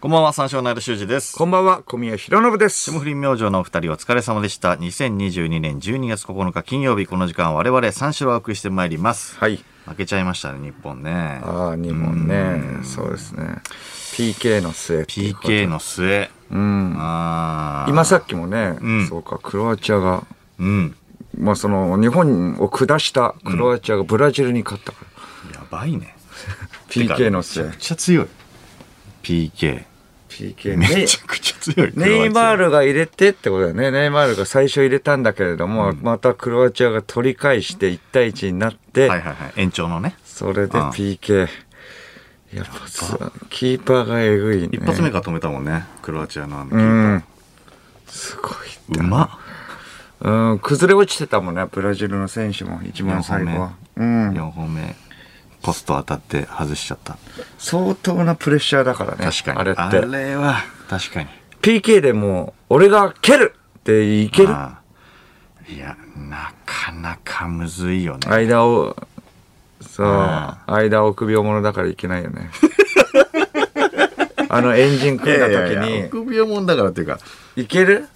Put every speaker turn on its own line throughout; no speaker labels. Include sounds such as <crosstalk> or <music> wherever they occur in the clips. こんばんは、三照の間修二です。
こんばんは、小宮弘信です。
霜降り明星のお二人お疲れ様でした。2022年12月9日金曜日、この時間我々三四郎をお送りしてまいります。
はい。
負けちゃいましたね、日本ね。
ああ、日本ね。そうですね。PK の末っていうこと。
PK の末。
うん。
あー
今さっきもね、
ん
そうか、クロアチアが、
うん。
まあその、日本を下したクロアチアがブラジルに勝ったから。
やばいね。
PK の末
めちゃくちゃ強い。PK。
PK ね
めちゃくちゃ強い。
ネイマー
ル。
ルが入れてってことだよね。ネイマールが最初入れたんだけれども、またクロアチアが取り返して1対1になって、
はいはいはい。延長のね。
それで
ああ
PK。やっぱさ、キーパーがえぐいね。
一発目から止めたもんね。クロアチアのあのキ
う
ー
ん。すごい。
パー。うまっ。
うん、崩れ落ちてたもんね、ブラジルの選手も、一番最後は。うん。
4本目。ポスト当たって外しちゃった。
相当なプレッシャーだからね。
確かに。
あれって。
は、確かに。
PK でもう、俺が蹴るっていける
ああいや、なかなかむずいよね。
間を、そう、間を臆病者だからいけないよね。 <laughs> あの、エンジン組んだ時に、
臆病もんだからっていうか、
いける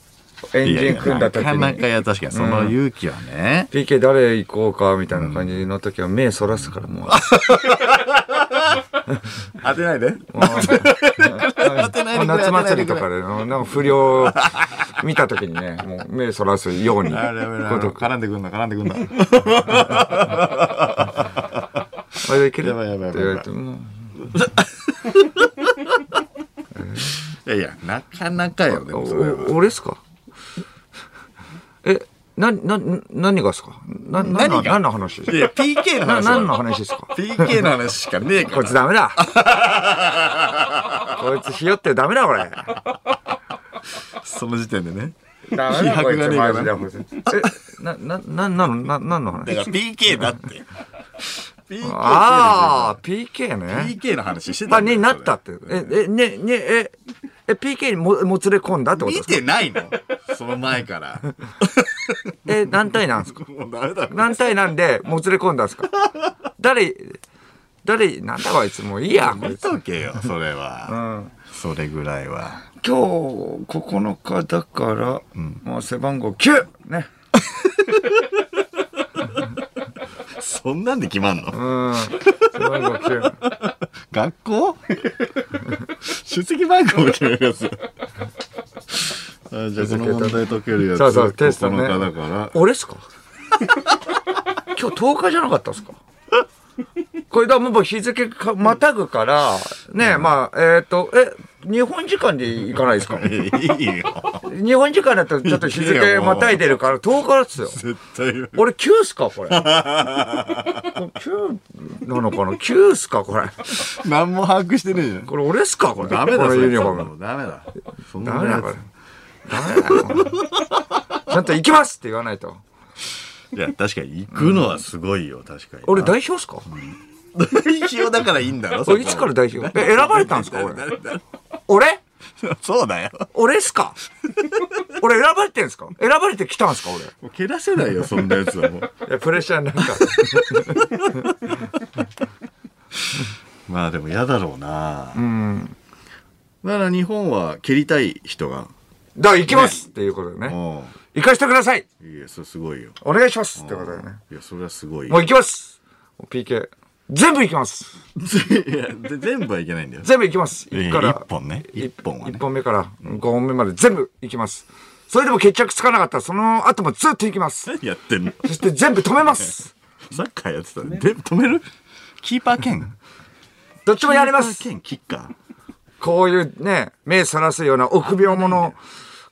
エン
いや
ジ
い
ン
や
組んだ時
なかなかい
に。
や、確かに、その勇気はね。
PK 誰行こうかみたいな感じの時は目そらすからもう。
当てないで。
当
てないでくれ
夏祭りとかでなんか不良見た時に
<laughs>
ねもう目そらすように
あれあれあ
こ
れ
と
絡んでくんな、絡んでくんな。
あれでいける
やばいやばいやばい
って言われても
いやいや、なかなかよ、で
お
もそれは。
お俺っすかえなな何がっすかな何
何
の
が
何の話
いや、PK の
な
話。
何の話ですか
PK の話しかねえか
こい
ら
つ。ダ
<laughs>
メだこいつひよってダメだこれ
その時点でね。
ダ <laughs> メだこいつ
気迫が
マ
ね
ジ
えか
でこいつえななななのな何の
だ
話
から PK だって。PK
ああ PK ね
PK の話して
ま
た
あ、
んだ
ね、
よ
なったって。え、え、ね、ね、え、え、PK にも、もつれ込んだってこ
見
とですか
てない <laughs> のその前から。
え、何対なんですか
もうダメだろ。
何対なんで、もつれ込んだんですか誰、誰、なんだこいつ、もういいや、こい
見
つ。
とけよ、それ
う
は。
ん
それぐらいは。
今日9日だから、もう背番号 9! ね。
そんなんで決まん
う
の
ん。背番号9。
学校 <laughs> 出席番号を決めるやつ。あじゃあこの問題解けるやつ。
そうそう、テストね。
9日だから。
俺っすか <laughs> 今日10日じゃなかったっすかこれだ、もう日付かまたぐから、ね、まあ、えっ、と、え、日本時間で行かないですか
いいよ。
日本時間だとちょっと日
いやい
付
やもう
またいでるから10日っすよ。 <laughs>
絶対言う。
俺9っすかこれ。9なのかな ?9 っすかこれ。
何も把握してねえじゃん。
これ俺っすかこれ。
ダメだ、
この
そ
ユ
れ
ニフォーム。
ダメだ。そんな
ダメだ
や
これ。ダメだよ。ちゃんと行きますって言わないと。
つ。いや、確かに行くのはすごいよ、確かに。
俺代表っすか
代表だからいいんだ <laughs> ろ
俺いつから代表え、選ばれたんですか俺。俺
そうだよ。
俺っすか俺選ばれてんすか選ばれてきたんすか俺。
もう蹴らせないよ、そんなやつはもう。
いや、プレッシャー <laughs> なんか。
まあでも嫌だろうな。
うん。
だから日本は蹴りたい人が。
だから行きます、っていうことでね。
う
行かしてください
ん。いや、それすごいよ。
お願いしますってことだよね。
いや、それはすごい
もう
よ。
行きます !PK。全部行きます
<laughs> いや、で全部はいけないんだよ。
全部行きます
いや
一から。
一本ね
い
一本はね
一本目から5本目まで全部行きます。それでも決着つかなかったら、その後もずっと行きます。
何やってんの
そして全部止
<laughs>
めます
サッカーやってたね。で、止めるキーパー兼。
どっちもやります
キーパー兼キッカ
こういうね、目そらすような臆病者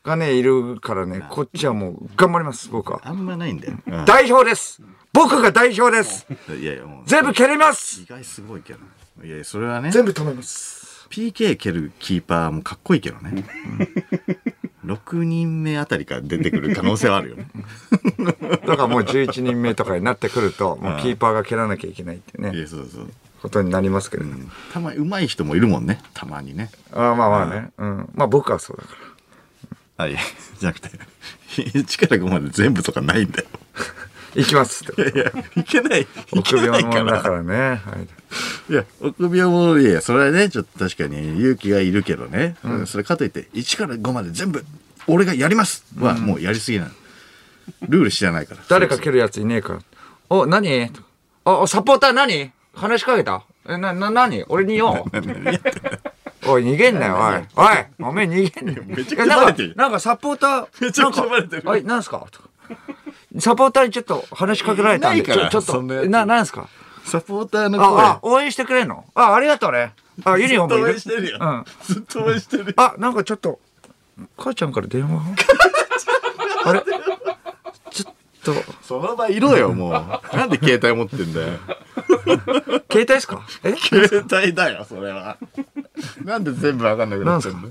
がね、いるからね、こっちはもう頑張ります、僕は
ー。。あんまないんだよ。う
代表です僕が代表です
んいやいや、もう。
全部蹴ります
意外すごいけど。いやいや、それはね、
全部止めます
PK 蹴るキーパーもかっこいいけどね。6人目あたりから出てくる可能性はあるよね。
だからもう11人目とかになってくると、もうキーパーが蹴らなきゃいけないって
い
ね、
や、そうそう。
ことになりますけれど。
たまに上手い人もいるもんね。たまにね。
ああまあまあね。うん。まあ僕はそうだから。
<laughs> あ、いや、じゃなくて、1から5まで全部とかないんだよ。
行きますって。
<laughs> いや、いけない。いけ
臆
な
病
いか
者だ
ら
か。らね。はい。
いや、臆病者、いや、それはね、ちょっと確かに勇気がいるけどね。それかといって、1から5まで全部、俺がやりますは、もうやりすぎなの。ルール知らないから。
誰か蹴るやついねえから。お、何あ、サポーター何話しかけたえ、な、な、何俺によ。おい、逃げんなよ、おい。おい、おめえ逃げんな
<laughs>
よ。
めちゃくちゃバレてる
いやなんかなんかサポーター、
めちゃくちゃバレてる
なんかはい、なんすかとサポーターにちょっと話しかけられたんで、
い
ち
ないから
ょちょっ
そ
と、
んなやつ
な、なんすか
サポーターの声。
あ、あ、応援してくれんのあ、ありがとうね。あ、ユニフォームい
ずっと応援して
る
るよ
うん。
ずっと応援してるよ。
あ、なんかちょっと、母ちゃんから電 <laughs> 話あれちょっと、
その場いろよ、もう。なんで携帯持ってんだよ。
携帯ですかえ
携帯だよ、それ <laughs> は。なんで全部わかんなくなっちゃうん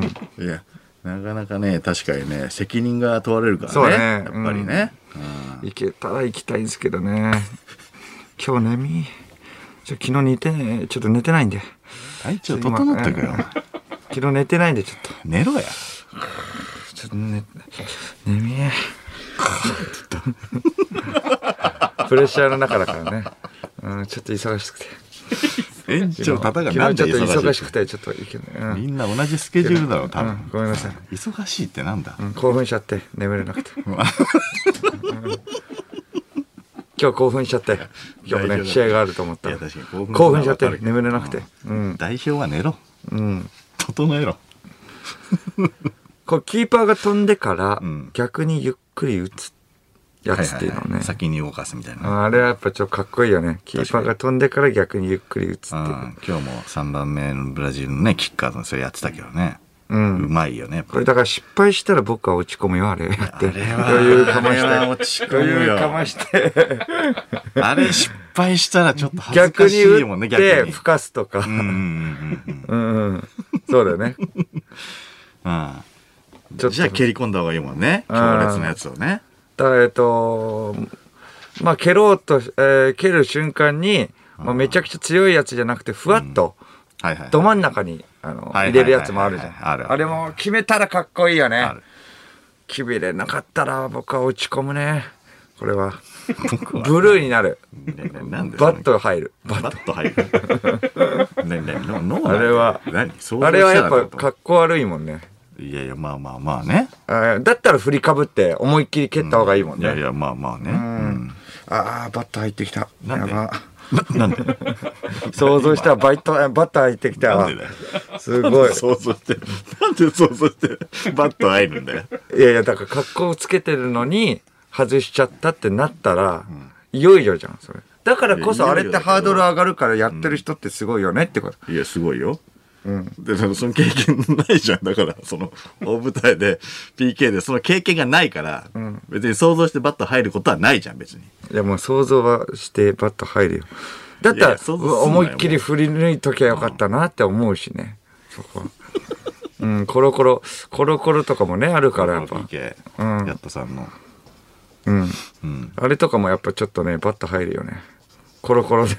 だよ。いや、なかなかね、確かにね、責任が問われるからね。
そうね
やっぱりね。
行けたら行きたいんですけどね。今日眠い。ちょ昨日寝てね、ちょっと寝てないんで。
体調整ってくよ。
昨日寝てないんで、ちょっと。
寝ろや。
ちょっとね、眠い。 <laughs> プレッシャーの中だからね。うん、ちょっと忙しくて。
園長たたが
昨
な
日
ん
ち
で
ょっと忙
忙
し
し
くて、ちょっと行けない。うん
いみんな同じスケジュールだろ、多
うん
分。
ごめんなさい。
忙しいってなんだ
うん興奮しちゃって、眠れなくて。うん今日興奮しちゃって、今
大丈
日ね、
夫
試合があると思った
い
ら
や、確かに興奮
興奮しちゃっ
わ
て
かる、けど
眠れなくて。うん。
代表は寝ろ。
うん。
整えろ。
こうキーパーが飛んでから、
うん
逆にゆっくり打つやつっていうのね、
先に動かすみたいな。
あれはやっぱちょっとかっこいいよねキーパーが飛んでから逆にゆっくり打つっていう
ああ今日も3番目のブラジルのねキッカーのそれやってたけどね、
う
うんまいよねやっぱ
これだから失敗したら僕は落ち込むよあれやって余裕かまして余裕かまして
あれ失敗したらちょっと恥ず
逆
か
に
しいもん
打
ね
っ
逆に
て吹かすとか、
うんうんうん
うんうんそうだよね
うん
ちょ
う
っと
んじゃあ蹴り込んだ方がいいもんね強烈なやつをね
だからえっとまあ蹴ろうと、えー蹴る瞬間に、まあ、めちゃくちゃ強いやつじゃなくてふわっと、
はいはい
ど真ん中にあの
はいはいはいはい
入れるやつもあるじゃん。
あるある
あれも決めたらかっこいいよね
ある。
決めれなかったら僕は落ち込むね。こ
<laughs>
れは。ブルーになる。
ねねなんで
バット入る。バッ
バット入るねねの脳
あれは
何想像
あれはや
した
っぱ
ら
かっこ悪いもんね。
いやいやまあまあまあね
あーだったら振りかぶって思いっきり蹴った方がいいもん
い
ね。
やいやまあまあねうん
ああ、バット入ってきた。
なんで
やば
なんで
<laughs> 想像したらバイト、バット入ってきた
な
わ
んでだよ
すごい。
想像してなんで想像してバット入るんだよ
いやいや、だから格好つけてるのに外しちゃったってなったら、いよいよじゃん、それ。だからこ
い
そ
や
あ
いよい
れ
よ
ってハードル上がるからやってる人ってすごいよねってこと。
いや、すごいよ。で、そのその経験ないじゃん。だから、そ <laughs> の、大舞台で、PK で、その経験がないから、別に想像してバット入ることはないじゃん、別に。
いや、もう想像はしてバッと入るよ。だった
いやい
ら
や想像すんなよ
思いっきり振り抜いときゃよかったなって思うしね。そこは。うん、コロコロ、コロコロとかもね、あるからやっぱ。
PK、
うん
やっとさんの。
うん。
うん。
あれとかもやっぱちょっとね、バッと入るよね。コロコロで。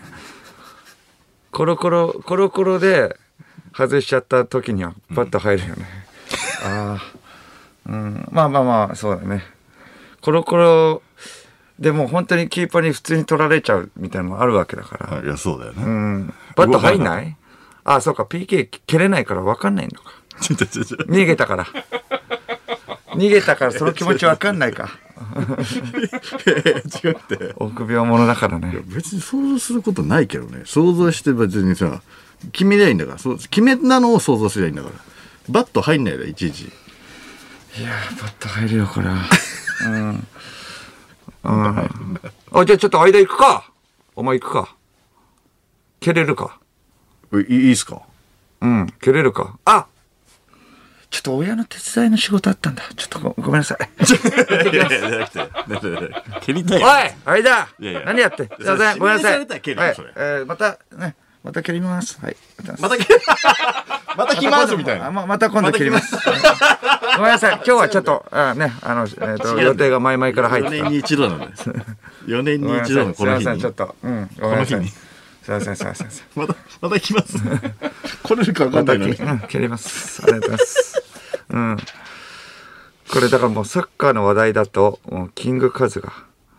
<laughs> コロコロ、コロコロで外しちゃった時にはバッと入るよね。ああ。うん。まあまあまあ、そうだね。コロコロでもう本当にキーパーに普通に取られちゃうみたいなのもあるわけだから。
あいや、そうだよ <laughs>
う
ね。
ん。バット入んないああ、そうか。PK 蹴れないから分かんないのか。
ちょちょちょちょ
逃げた <laughs> から。逃げたからその気持ち分かんないか。
いや違くて。
臆病者だからね。
別に想像することないけどね。想像して別にさ、決めりゃいいんだから。そう決めなのを想像すりゃいいんだから。バット入んないで、いちいち。
いやー、バット入るよ、こ <laughs> れは。うん。うん。あ、じゃあちょっと間行くか。お前行くか。蹴れるか。
いいいっすか
うん、蹴れるか。あちょっと親の手伝いの仕事あったんだ。ちょっとごごめんなさい。
いやいや、じゃなく <laughs> て。だってだって蹴りたい
<laughs> お
よ
い間
いやいや
何やってんすいません、ごめんなさ
指名さ
い。
れたら蹴るよ
はい
それ
えーまた、ね、また蹴ります。はい。
ま
また
た、また来ますみたい
あ
な。
ままた今度蹴
<laughs>
ります。ごめんなさい。今日はちょっと、あね、あの、えっ、と、
違う
予定が前々から入
4
ってた
年。に一度なのです。4年
ご
に
めんな
一
さ
度の
いす
こ
い
の
ま
日
せん、
に
ちょっ。と、うん、ごめん
この
なさ
日
い。
に
すいません、すいません、すいま
また、また来ます。来れるか分か <laughs>
せん。
んないの
ま
に。
た、うん、蹴ります。ありがとうございます。うん。ここれだからもうサッカーの話題だと、もうキングカズが、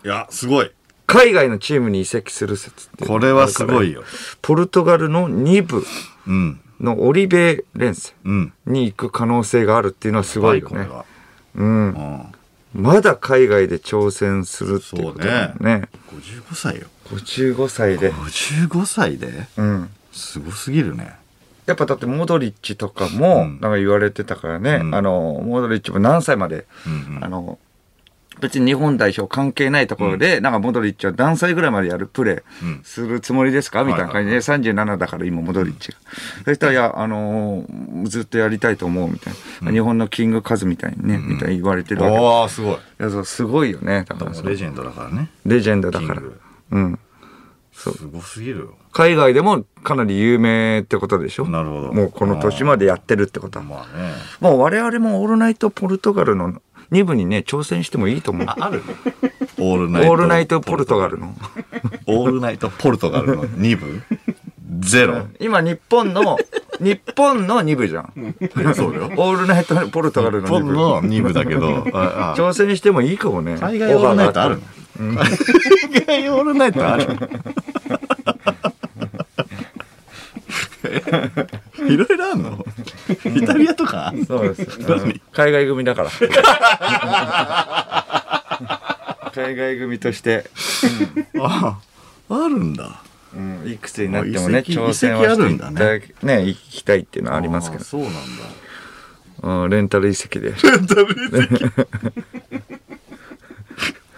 いや、すごい。
海外のチームに移籍する説っていうの
こ
が
れはすご
ある
いよ。
から。ポルトガルの2部
うん。
のオリベ連戦
うん。
に行く可能性があるっていうのはすごいよ
これ
ね。
は。
うん。
うん。
まだ海外で挑戦するっていうことだよね。
55歳よ。
55歳で。
55歳で
うん。
すごすぎるね。
やっぱだってモドリッチとか
う
も
ん
なんか言われてたからね、
うん
あのモドリッチも何歳まで、
うんうん
あの別に日本代表関係ないところで、なんかモドリッチは何歳ぐらいまでやるプレ
うん
ーするつもりですか、みたいな感じで、37だから今モドリッチが、そしたら「いや、あのーずっとやりたいと思う」みたいな、日本のキングカズみたいにね、みたいに言われてるわけい
おー、すごい。
やそうすごいよねだからその
レジェンドだからね。
レジェンドだか
キ
ら
ング
うん
すごすぎるよ。
海外でもかなり有名ってことでしょ
なるほど
もうこの年までやってるってことは
まあね。
もう我々もオールナイトポルトガルの2部にね、挑戦してもいいと思う。
ある <laughs> オール
オ
ナイト。
ールナイトポルトガルの。
オールナイトポルトガルの2部ゼロ。
今日本の、日本の2部じゃん。
<laughs> そう
オ
よ。
ールナイトポルトガル
日
の2
本
部。
の2部だけど。ああ
挑戦してもいいかもね。
海外オールナイトあるの海外オールナイトあるのいろいろある
<laughs>
のイタリアとか
そうです。うん海外組
<laughs>
だから。海外組として、
あああるんだ
うんいくつになってもね、
もう移籍
挑戦はしていた
移籍あ
だき、ね、行きたいっていうのはありますけど
あそうなんだ。
うんレンタル移籍で。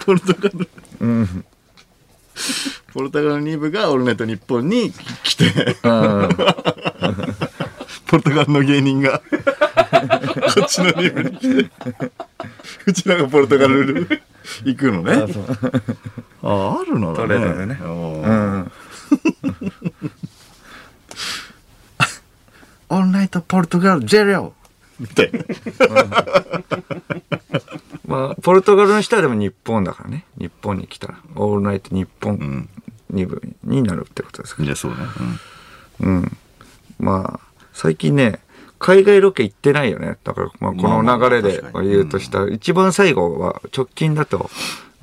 ポルトガルポルトガル2部がオールナイト日本に来て
うん
ポルトガルの芸人がこっちのリブに来てうちらがポルトガル行くのねあああるな
ト
ら
レードでねう
ね
ん
オールナイトポルトガルジェリオみたいな
まあ、ポルトガルの人はでも日本だからね。日本に来たら、オールナイト日本2部になるってことですか
いやそうね
うん。まあ、最近ね、海外ロケ行ってないよね。だから、まあ、こ
まあま
の
あ
流れで
確かに
言うとしたら、一番最後は直近だと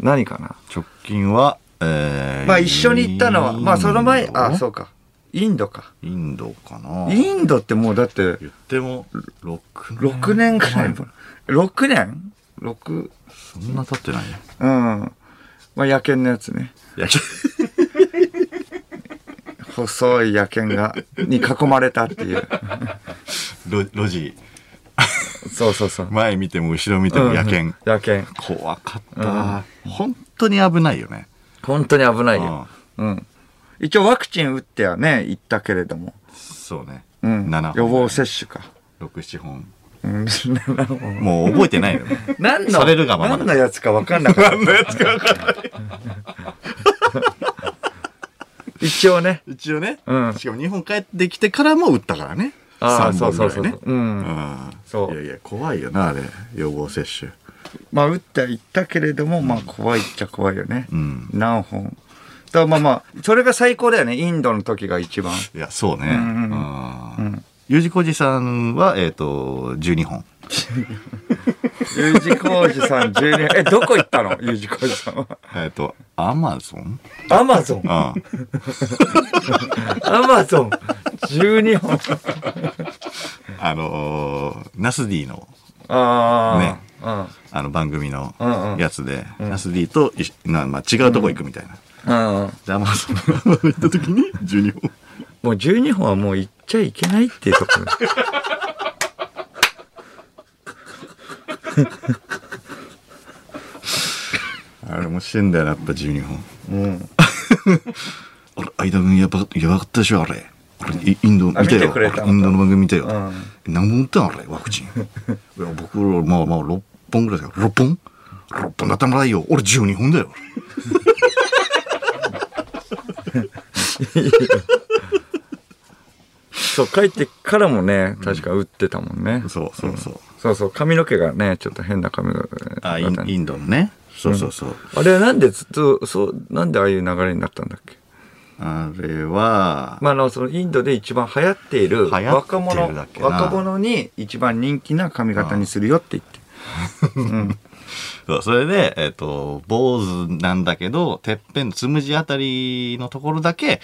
何かな。
直近はえー
まあ、一緒に行ったのは、まあ、その前、あ、そうか。インドか。
インドかな
インドってもうだって、
言っても6
6年ぐらい前。6年 ?6、
そんな経ってないね
うん。まあ、野犬のやつね。
いや
細い野犬が、に囲まれたっていう。
路路地
そうそうそう。
前見ても後ろ見ても野犬、
野犬。
怖かった、本当に危ないよね
本当に危ないよ。うん。一応ワクチン打ってはね、行ったけれども。
そうね、
うん。
7
予
本
防接種か。
67本
うん。 <laughs>
もう覚えてないよね
何の、
されるがままだ
何のやつか分かんなかった。一応ね。
<laughs> 一応ね、
うん
しかも日本帰ってきてからも打ったからね
ああ、
3
そ
本
う
ぐ
そ
らい
うそう
ね
そう。うん。
ん
そう
いやいや怖いよなあれ予防接種
まあ、打っては行ったけれども、まあ、怖いっちゃ怖いよね。
うん
何本。だからまあまあ、それが最高だよね。インドの時が一番。
いやそうね
んうん
うんゆうじこじさんはえっ、と12本
U 字工事さん12え、どこ行ったの ?U 字工事さんは。
えっ、とアマゾン
アマゾン
あ
アマゾン12本。
あのーナス D の
ああ。ね。
あの番組の
うんうん
やつで、ナス D といしな、まあ、違うとこ行くみたいな、
うん。うん。
でアマゾン行った時に12本
もう12本はもう行っちゃいけないっていうところ。
あれ面白いんだよなやっぱ12本
うん。
あれ、間君やばかやばかったでしょ、あれ。あれ、イインド見たよ。
あ見てくれた
あれインドの番組見たよ。
う
何本打ったん、あれ、ワク <laughs> チン。いや僕ら、まあまあ、6本ぐらいだよ。6本 ?6 本だったらないよ。俺12本だよ。
そう、帰ってからもね、確か打ってたもんね。
そうそうそう。
そうそう、髪の毛がね、ちょっと変な髪の毛だった
あ、
ね
インインドのね。そうそうそう。
あれはなんでずっと、そう、なんでああいう流れになったんだっけ
あれは、
まあ、あの、そのインドで一番流行っている
流行って
若
る
者
だっけ、な
若者に一番人気な髪型にするよって言って。
そうそれで、えっと坊主なんだけどてっぺんのつむじあたりのところだけ、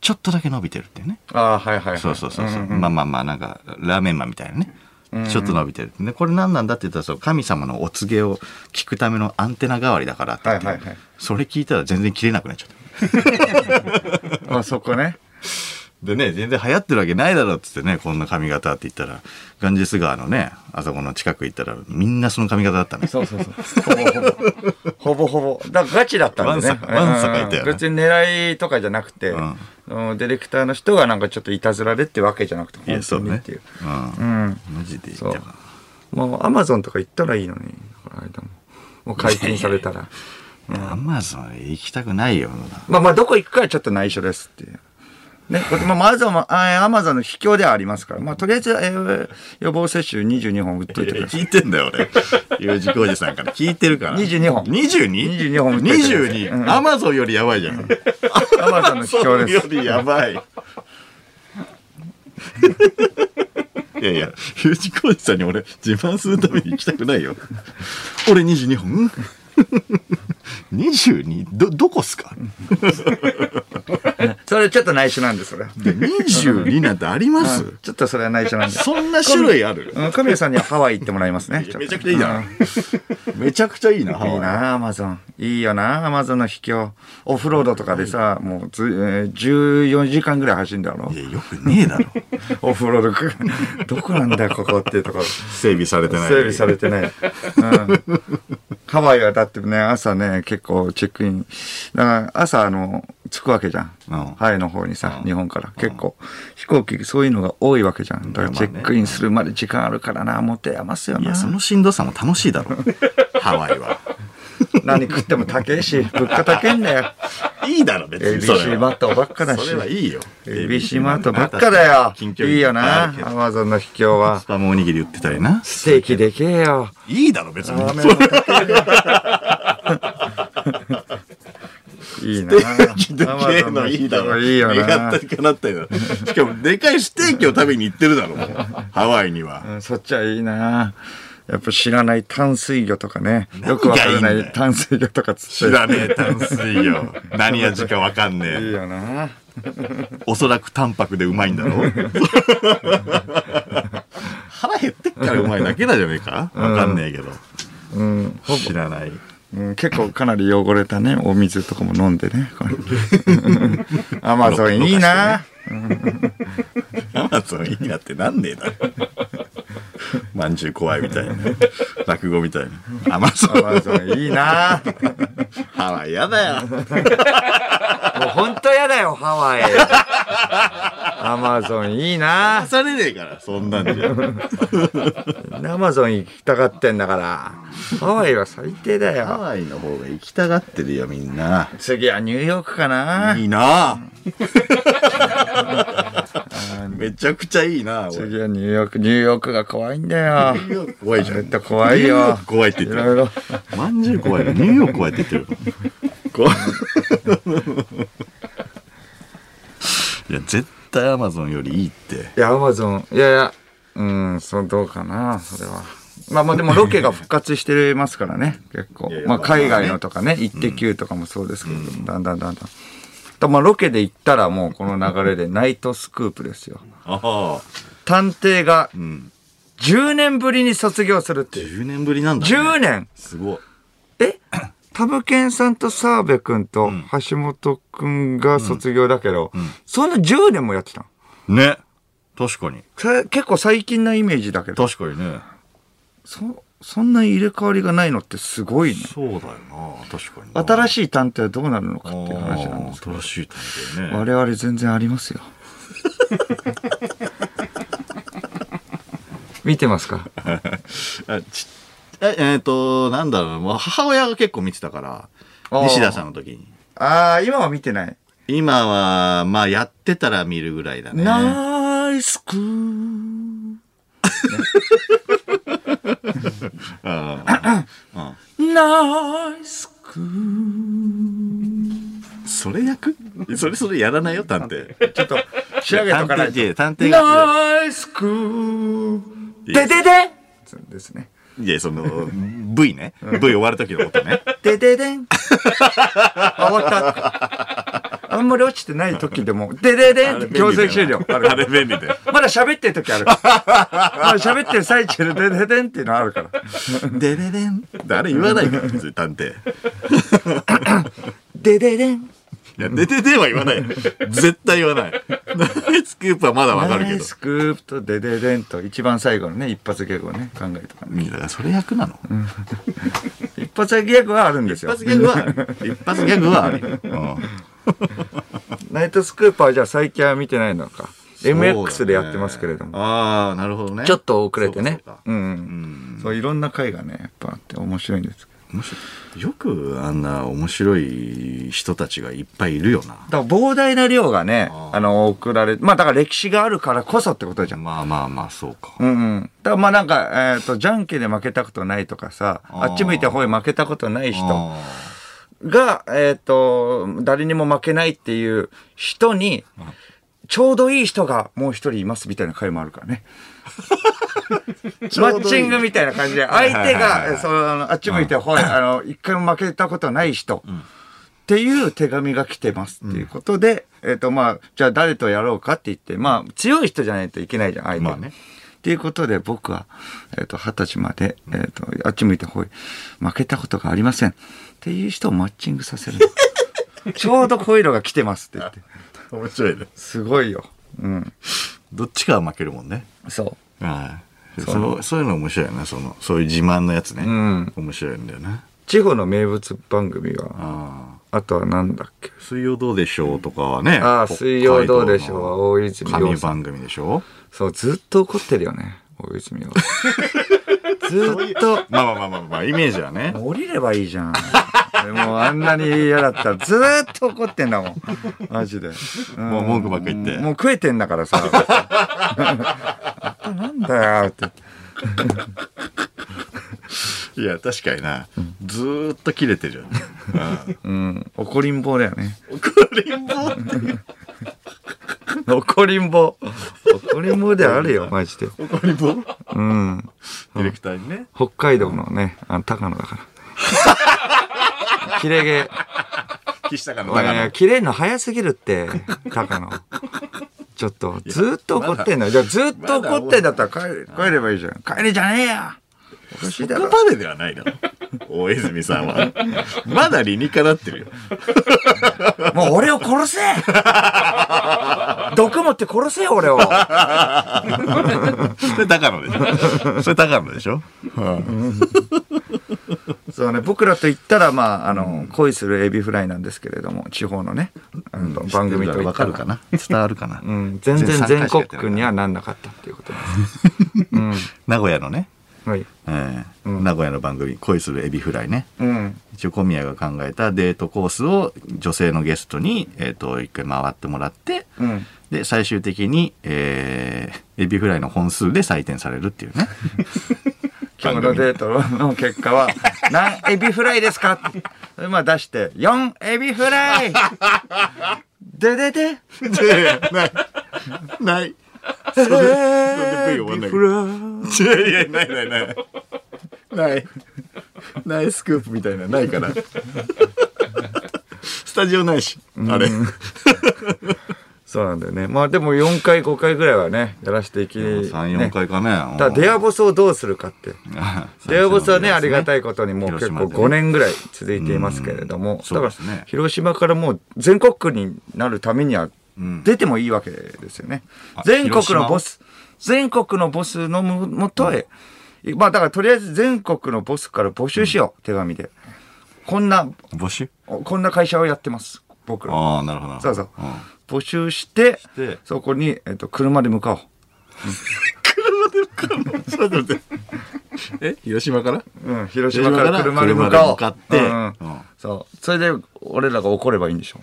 ちょっとだけ伸びてるっていうね
ああ、はいはいはい。
そうそうそうそう、
ん
まあまあまあなんかラーメンマンみたいなねちょっと伸びてる、でこれ何なんだって言ったらその神様のお告げを聞くためのアンテナ代わりだからって言って、
はいはいはい
それ聞いたら全然切れなくなっちゃった
あそこね。
でね、全然流行ってるわけないだろっつってね、こんな髪型って言ったら、ガンジス川のね、あそこの近く行ったら、みんなその髪型だったね。
そうそうそう。ほぼほぼ。ほぼほぼ。だからガチだったんでね。
わんさかわんさかいたよね
うん別に狙いとかじゃなくて、
ん
うんディレクターの人がなんかちょっといたずらでってわけじゃなくて、
いや、
<laughs> 本
そ
当
う
にっ
ね
ていう。。
う。
うんん。
マジで
そ
言
う
ったか
もうアマゾンとか行ったらいいのに、だから間も。もう解禁されたら。
ら。アマゾンへ行きたくないよ、まだ
まあまあ、どこ行くかはちょっと内緒ですっていう。ね、これまあ、まずは、まあ、アマゾンの秘境ではありますから、まあ、とりあえず、えー予防接種22本打っといてく
<laughs>
ださい。
聞いてんだよ、俺。U 字工事さんから聞いてるから。
22本
22?22
22本打ってくださいうん
アマゾンよりやばいじゃん。
アマゾンの秘境です
そ。れよりや <laughs> ばい。いやいや、U 字工事さんに俺自慢するために行きたくないよ。俺22本 ?22? ど、どこっすか
<laughs> それちょっと内緒なんです、それ。
?22 なんてあります
ちょっとそれは内緒なんで。
そんな種類ある
うん、神谷さんにはハワイ行ってもらいますね。
めちゃくちゃいいじゃん。めちゃくちゃいいな、ハ
うん。いい
ワイ
な、アマゾン。いいよな、アマゾンの秘境。オフロードとかでさ、もうず、えー14時間ぐらい走るんだろ
い。。や、よくねえだろ。
オフロードく、どこなんだよ、ここっていうところ。
<laughs> 整備されてない。
整備されてない。うん、ハワイはだってね、朝ね、結構チェックイン。だから朝、あの、着くわけじゃん。
うん
ハワイの方にさ、日本から。結構、飛行機、そういうのが多いわけじゃん。だからチェックインするまで時間あるからな、持て余すよ
いや、
な。
そのしんどさも楽しいだ <laughs> ろ。ハワイは。
何食っても高えし、物価高えんだよ。
いいだろ、別に <laughs> それは。
ABC マットばっかだし
それ。はいいよ。
ABC マートばっかだよ。いいよな、アマゾンの秘境は
ス。パムおにぎり売ってたりな。
ステーキでけえよ。
いいだろ、別に。
ラーメンも高いよいいな
でけえのいいだろ。
いいよ
願っ
な
た。りかなったりだ <laughs> ろ。しかも、でかいステーキを食べに行ってるだろ、もうハワイには。
うんそっちはいいな。やっぱ知らない淡水魚とかね。よくわから
何が
ない
いんだ
い
よ
淡水魚とかつ
知
って。
らねえ淡水魚。何味かわかん
いい
ねえ。
よな。
おそらく淡白でうまいんだろ。 <laughs> 腹減ってっからうまいだけだじゃねえかわかんねえけど。
うん。
知らない。
うん結構かなり汚れたね、お水とかも飲んでね。こ <laughs> れアマゾンいいな。
アマゾンいいなってなんねえだろ。まんじゅう怖いみたいな。落語みたいな。アマゾ
ア
ン。
マゾンいいな。
ハワイやだよ。
もう本当やだよ、ハワイ。アマゾンいいな
出。されねえから、そんなんじゃ。
アマゾン行きたがってんだから。ハワイは最低だ
ハ
よ。
ワイの方が行きたがってるよ、みんな。。
次はニューヨークかない
い <laughs> なあめちゃくちゃいいな俺
次はニューヨーク、ニューヨークが怖いんだよ。
怖いじゃ
ちょっ
ん。
と怖いよ。
怖いって
い
言ってる。
ろいろ。
まんじゅう怖いよ。ニューヨーク怖いって言ってる。怖い。いや、絶対アマゾンよりいいって。
いや、アマゾン、いやいや、うん、そう、どうかな、それは。まあまあでもロケが復活してますからね、結構
いやい。や
まあ
まあまあね
海外のとかね、イッテ Q とかもそうですけど、だんだんだんだん。とまあロケで行ったらもうこの流れでナイトスクープですよ。
ああ。
探偵が
うん。
10年ぶりに卒業するっていう。
10年ぶりなんだ、ね。
10年
すごい。
えタブケンさんと澤部くんと橋本くんが卒業だけど、そんな10年もやってたの
ね。確かに。
さ結構最近なイメージだけど。
確かにね。
そ、そんな入れ替わりがないのってすごいね。
そうだよな。確かにな。
新
しい
しい探偵はどうなるのかっていう話なんですけ
新しい探偵
ど。
ね。
我々全然ありますよ。 <laughs> 見てますか
あちええーと、なんだろう、もう母親が結構見てたから、
あー
西田さんの時に。
ああ、今は見てない。
今は、まあ、やってたら見るぐらいだね。
ナイスクー。
うんうん
ナイスク
それ役
<laughs>
それそれやらないよ、探偵。
ちょっと、仕上げとかな
探
い
偵探偵が
ナイスクー。でででですね。
いや、その、V ね。V 終わる時の音ね。
でででん。あ、終わった。あんまり落ちてない時でも、でででんって強制終了。
あれ便利だよ。
まだ喋ってる時ある。まだ喋ってる最中ででででんっていうのあるから。
でででん。あれ言わないから、別に探偵。
でででん。
いや、でででは言わない。絶対言わない。ナイスクープはまだわかるけ
ナイ
ど。
スクープとでででんと一番最後のね、一発ギャグをね、考えとかね。
いや、だからそれ役なの。
一発ギャグはあるんです
一
よ
発。ギャグはある、一発ギャグはある。うん
ナイトスクープはじゃあ最近は見てないのか。MX でやってますけれども。
ああ、なるほどね。
ちょっと遅れてね
そうか。そううか
ん。そう、いろんな回がね、やっぱあって面白いんですけど。
面白いよくあんな面白い人たちがいっぱいいるよな。
だから膨大な量がね、
あ
あ
ー
の、送られ、まあだから歴史があるからこそってことじゃん。
まあまあまあ、そうか。
うんうん。だからまあなんか、えっ、と、じゃんけんで負けたことないとかさ、
あー
あっち向いてほい負けたことない人
あ
が、えっ、と、誰にも負けないっていう人に、ちょうどいい人がもう一人いますみたいな回もあるから
<laughs>
ね。
ー
マッチングみたいな感じで、
い
相
はい
手
はいはい
が、その、あのあっち向いてほい、あの、一回も負けたことない人。っていう手紙が来てますっていうことで、えっ、とまあ、じゃあ誰とやろうかって言って、まあ強い人じゃないといけないじゃん、相手。
まあね
っていうことで僕は、えっ、と、二十歳まで、えっ、と、あっち向いてほい、負けたことがありません。っていう人をマッチングさせる <laughs> のちょうどこういうのが来てますって言って。
ー面白いね。
すごいよ。うん。
どっちかは負けるもんね。
そ
はい。そのそういうの面白いよね。その、そういう自慢のやつね。
ん
面白いんだよね。
う。地方の名物番組は、
ああ。
あとはなんだっけ。
水曜どうでしょうとかはね。
ああ、
北海道の
水曜どうでしょうは大泉洋
神
さ
番
ん。
組でしょ
そう、ずっと怒ってるよね、大泉
<laughs>
洋。ずっと。
まあまあまあまあまあ、イメージは
<laughs>
ね。
降りればいいじゃん。でもあんなに嫌だったらずーっと怒ってんだもん。マジで。ん
もう文句ばっか言って
もう食えてんだからさ。なんだよって。
いや、確かにな。ずーっと切れてるよね。
うん。怒りんぼうだよね。
これも
怒りんぼう。怒りんぼうであるよ、マジで。
これも
うん。
ディレクターにね。
北海道のね、あの高野
<laughs>
だから。切れ毛。
岸高の
いやい
高
や切れんの早すぎるって、高 <laughs> 野。ちょっと、ずーっと怒ってんの。じゃあずーっと怒ってんだったら帰れ帰ればいいじゃん。帰れじゃねえやおかしいだ
野。
ろ
こ。こまでではないだろ。大泉さんは。まだ理にかなってるよ。
もう俺を殺 <laughs> せ毒持って殺せよ、俺を。
それ高野でしょ。それ高野でしょ。
そうね、僕らと言ったら、まあ、あの、恋するエビフライなんですけれども、地方のね、あの番組と言
わ
っ
か
た
る
ら
か。な。伝わるかな。
うん、全然
全
全
然参加し
国
て
区にはなんなかったっていうこと <laughs> です。
名古屋のね。
うん。はい。
ええ名古屋の番組「恋するエビフライね
うん。」
一応小宮が考えたデートコースを女性のゲストに、えー、と一回回ってもらって、
うん。
で最終的に、えーエビフライの本数で採点されるっていうね
今日のデートの結果は、何エビフライですかそれまあ出して、4エビフライででで
ないない
それ
れ V 終わんないけどいやいやないないないないないスクープみたいなないからスタジオないしあれ
そうなんだよね。まあでも4回、5回ぐらいはね、やらせていき、
34
ね
回かね
ただ、デアボスをどうするかって。デアボスはね、ありがたいことにもう
広
結
島
構
でね
5年ぐらい続いていますけれども、
そう
だ
で
か
すね
ら、広島からもう全国区になるためには
ん
出てもいいわけですよね
あ。
全国
広島
のボス、全国のボスのももとへ、まあだからとりあえず全国のボスから募集しよう、手紙で。こんな、
募集
こんな会社をやってます、僕ら。
ああなるほどなるほど
そうそう。
ん
募集して
て、
そこに、えっと、車で向かおう。
ちょっと待って。え広島から
うん、広島から
広島
車
から
で向かお
車で向
う。
かって
うんうん
うん
そう。それで、俺らが怒ればいいんでしょ。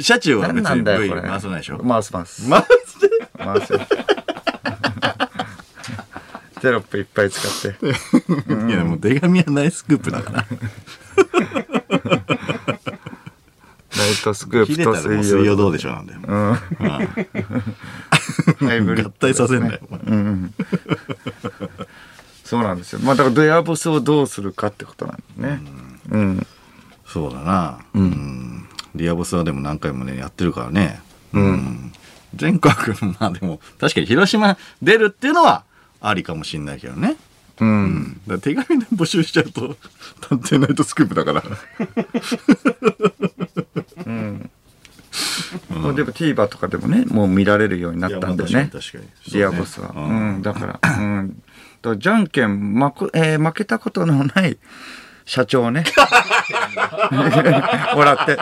車中は
何
別
な
に
んだ
V
よ、これ。
回さないでしょ。
回す、回す。
回して
回す。 <laughs> テロップいっぱい
<laughs>
使って。
いや、もう手紙はないスクープだから。
ナイトスクー
切
プ
れた
と
らもう
水
水
曜。
曜どうでしょうなんだよ。
うん。ハイブ
<laughs>
リッ
合
ド
体させんなよ、お前
そうなんですよまあだからドヤボスをどうするかってことなんですねうん
そうだなうん、リアボスはでも何回もねやってるからねうん、全国まあでも確かに広島出るっていうのはありかもしんないけどね
うん
だから手紙で募集しちゃうと「探偵ナイトスクープ」だから
もうでも TVer とかでもねもう見られるようになったんだよ
いやまあ
ね
確かに確かに
ディアボスは、
そううねうん
んだから、うん、だからじゃんけん、まこえー負けたことのない社長ね <laughs> 笑って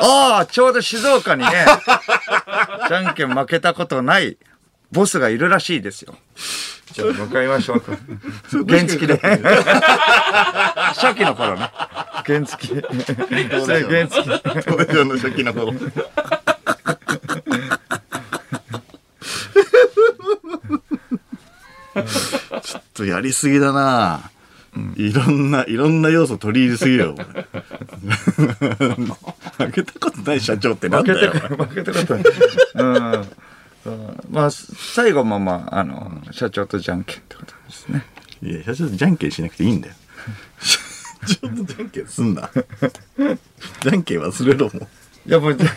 ああちょうど静岡にねじゃんけん負けたことないボスがいるらしいですよじゃあ向かいましょうと原付で <laughs> 初期の頃ね原付それ原付
東京の初期の頃ちょっとやりすぎだな、いろんないろんな要素取り入れすぎよ俺負けたことない社長ってなん
負け
だ
て
よ
負けてことない。うん。そうまあ最後もまああの社長とじゃんけんってことですね。
いや社長とじゃんけんしなくていいんだよ社長とじゃんけんすんなじゃんけん忘れろもう
いやもうじゃ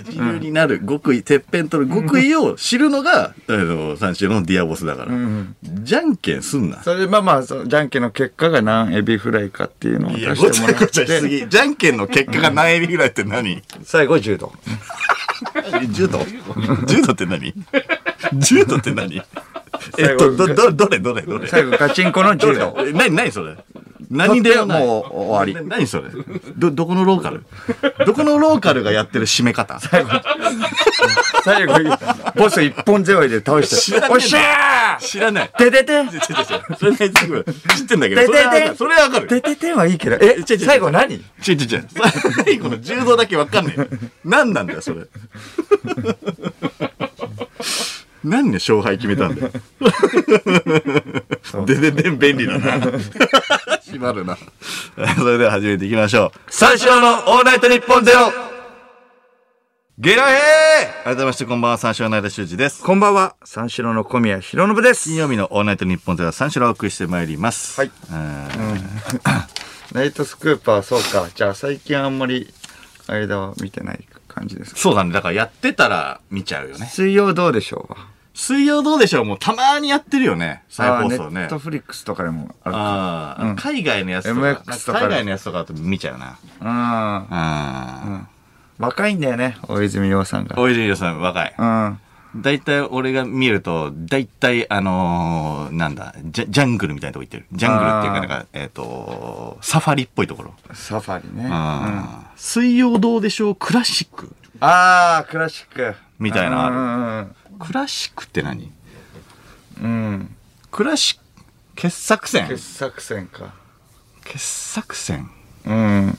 一流になる極意、てっぺん取る極意を知るのが、あの、三種のディアボスだから。じゃんけんすんな。
それでまあまあそうじゃんけんの結果が何エビフライかっていうのを出
いや、
し
ご
て
ち
もら
ゃご
っ
ちゃしす
て
<laughs> ぎ。じゃんけんの結果が何エビぐらいって何
最後柔道。
柔道 <laughs> 柔道って何柔道って何えっと、ど、ど、どれどれどれ
最後ガチンコの
ど
柔
れ
道。
え何何それ何でもない
もう終わ
な何それど、どこのローカルどこのローカルがやってる締め方
り。最後ボス一本背負いで倒し
知らねえ
て。
な
おっしゃ
知らない。
ー。ででで。
違う違う違うそれねすぐ知ってんだけど、そ
で
れはわ
で
か
で。
る。それはわかる。
ででではいいけど。
違う違う
え
違う
最後何？
ちょいちょいちょい。最後の柔道だけわかんねえ。何なんだよ、それ。 <laughs> 何で勝敗決めたんだよ。でででん便利だ
<laughs>
な。閉まるな。 <laughs> それでは始めていきましょう。
三四郎のオールナイト日本ゼロ。ゲラヘー。
改めましてこんばんは、三四郎の間修二です。
こんばんは三四郎の小宮浩信です。
金曜日のオールナイト日本では三四郎をお送りしてまいります。
はい
うん。
<coughs> ナイトスクーパーそうかじゃあ最近あんまり間は見てない感じですか
そうだね。だからやってたら見ちゃうよね。
水曜どうでしょう
水曜どうでしょうもうたまにやってるよね。再放送
ネ
ね
ッ。トフリックスとかでもある
ああ、海外のやつとか、なん
MX
か
とか
海外のやつとかだと見ちゃうな。
か
うん。
うん若いんだよね大泉洋さんが
大泉洋さん若い。
うん
大体俺が見ると、大体あのー、なんだジャ、ジャングルみたいなとこ行ってる。ジャングルっていうか、
あー
なんか、えっ、と、サファリっぽいところ。
サファリねうん
あー水曜どうでしょうクラシック
あークラシック
みたいな
の
クラシックって何
うんうん
クラシック傑作選
傑作戦か
傑作選 <laughs>
うん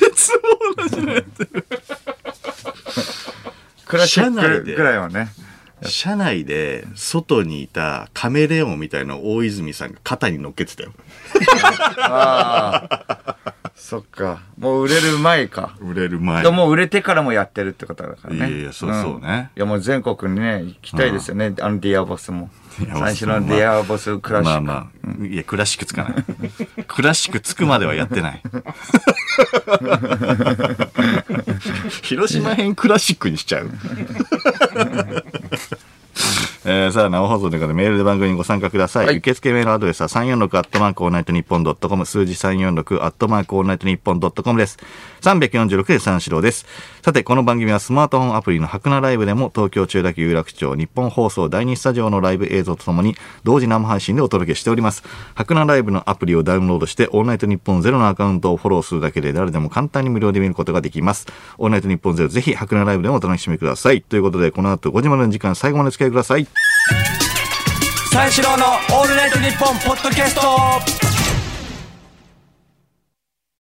別の話だよ。
クラシ
社内
ッ
で
クぐらいはね
車内で外にいたカメレオンみたいな大泉さんが肩に乗っけてたよ。
あ
<laughs>
あそっかもう売れる前か
売れる前
で。もう売れてからもやってるってことだからね。
いやいやそうんそうね
いやもう全国にね、行きたいですよね、あのディアボスも。
ディアボスも
最初のディアボスクラシッ
まあ
ク。
まあ、いや、クラシックつかない。クラシックつくまではやって
<laughs>
ない。広島編クラシックにしちゃう。 <laughs> えーさあ、生放送ということでメールで番組にご参加ください。
はい
受付メールアドレスは346アットマークオールナイトニッポンドットコム、数字346アットマークオールナイトニッポンドットコムです。346で三四郎です。さて、この番組はスマートフォンアプリの白菜ライブでも東京中田区有楽町日本放送第2スタジオのライブ映像とともに同時生配信でお届けしております。白菜ライブのアプリをダウンロードしてオールナイトニッポンゼロのアカウントをフォローするだけで誰でも簡単に無料で見ることができます。オールナイトニッポンゼロぜひ白菜ライブでもお楽しみください。ということで、この後5時までの時間最後までお付き合いください。
三四郎のオールナイトニッポンポッドキャスト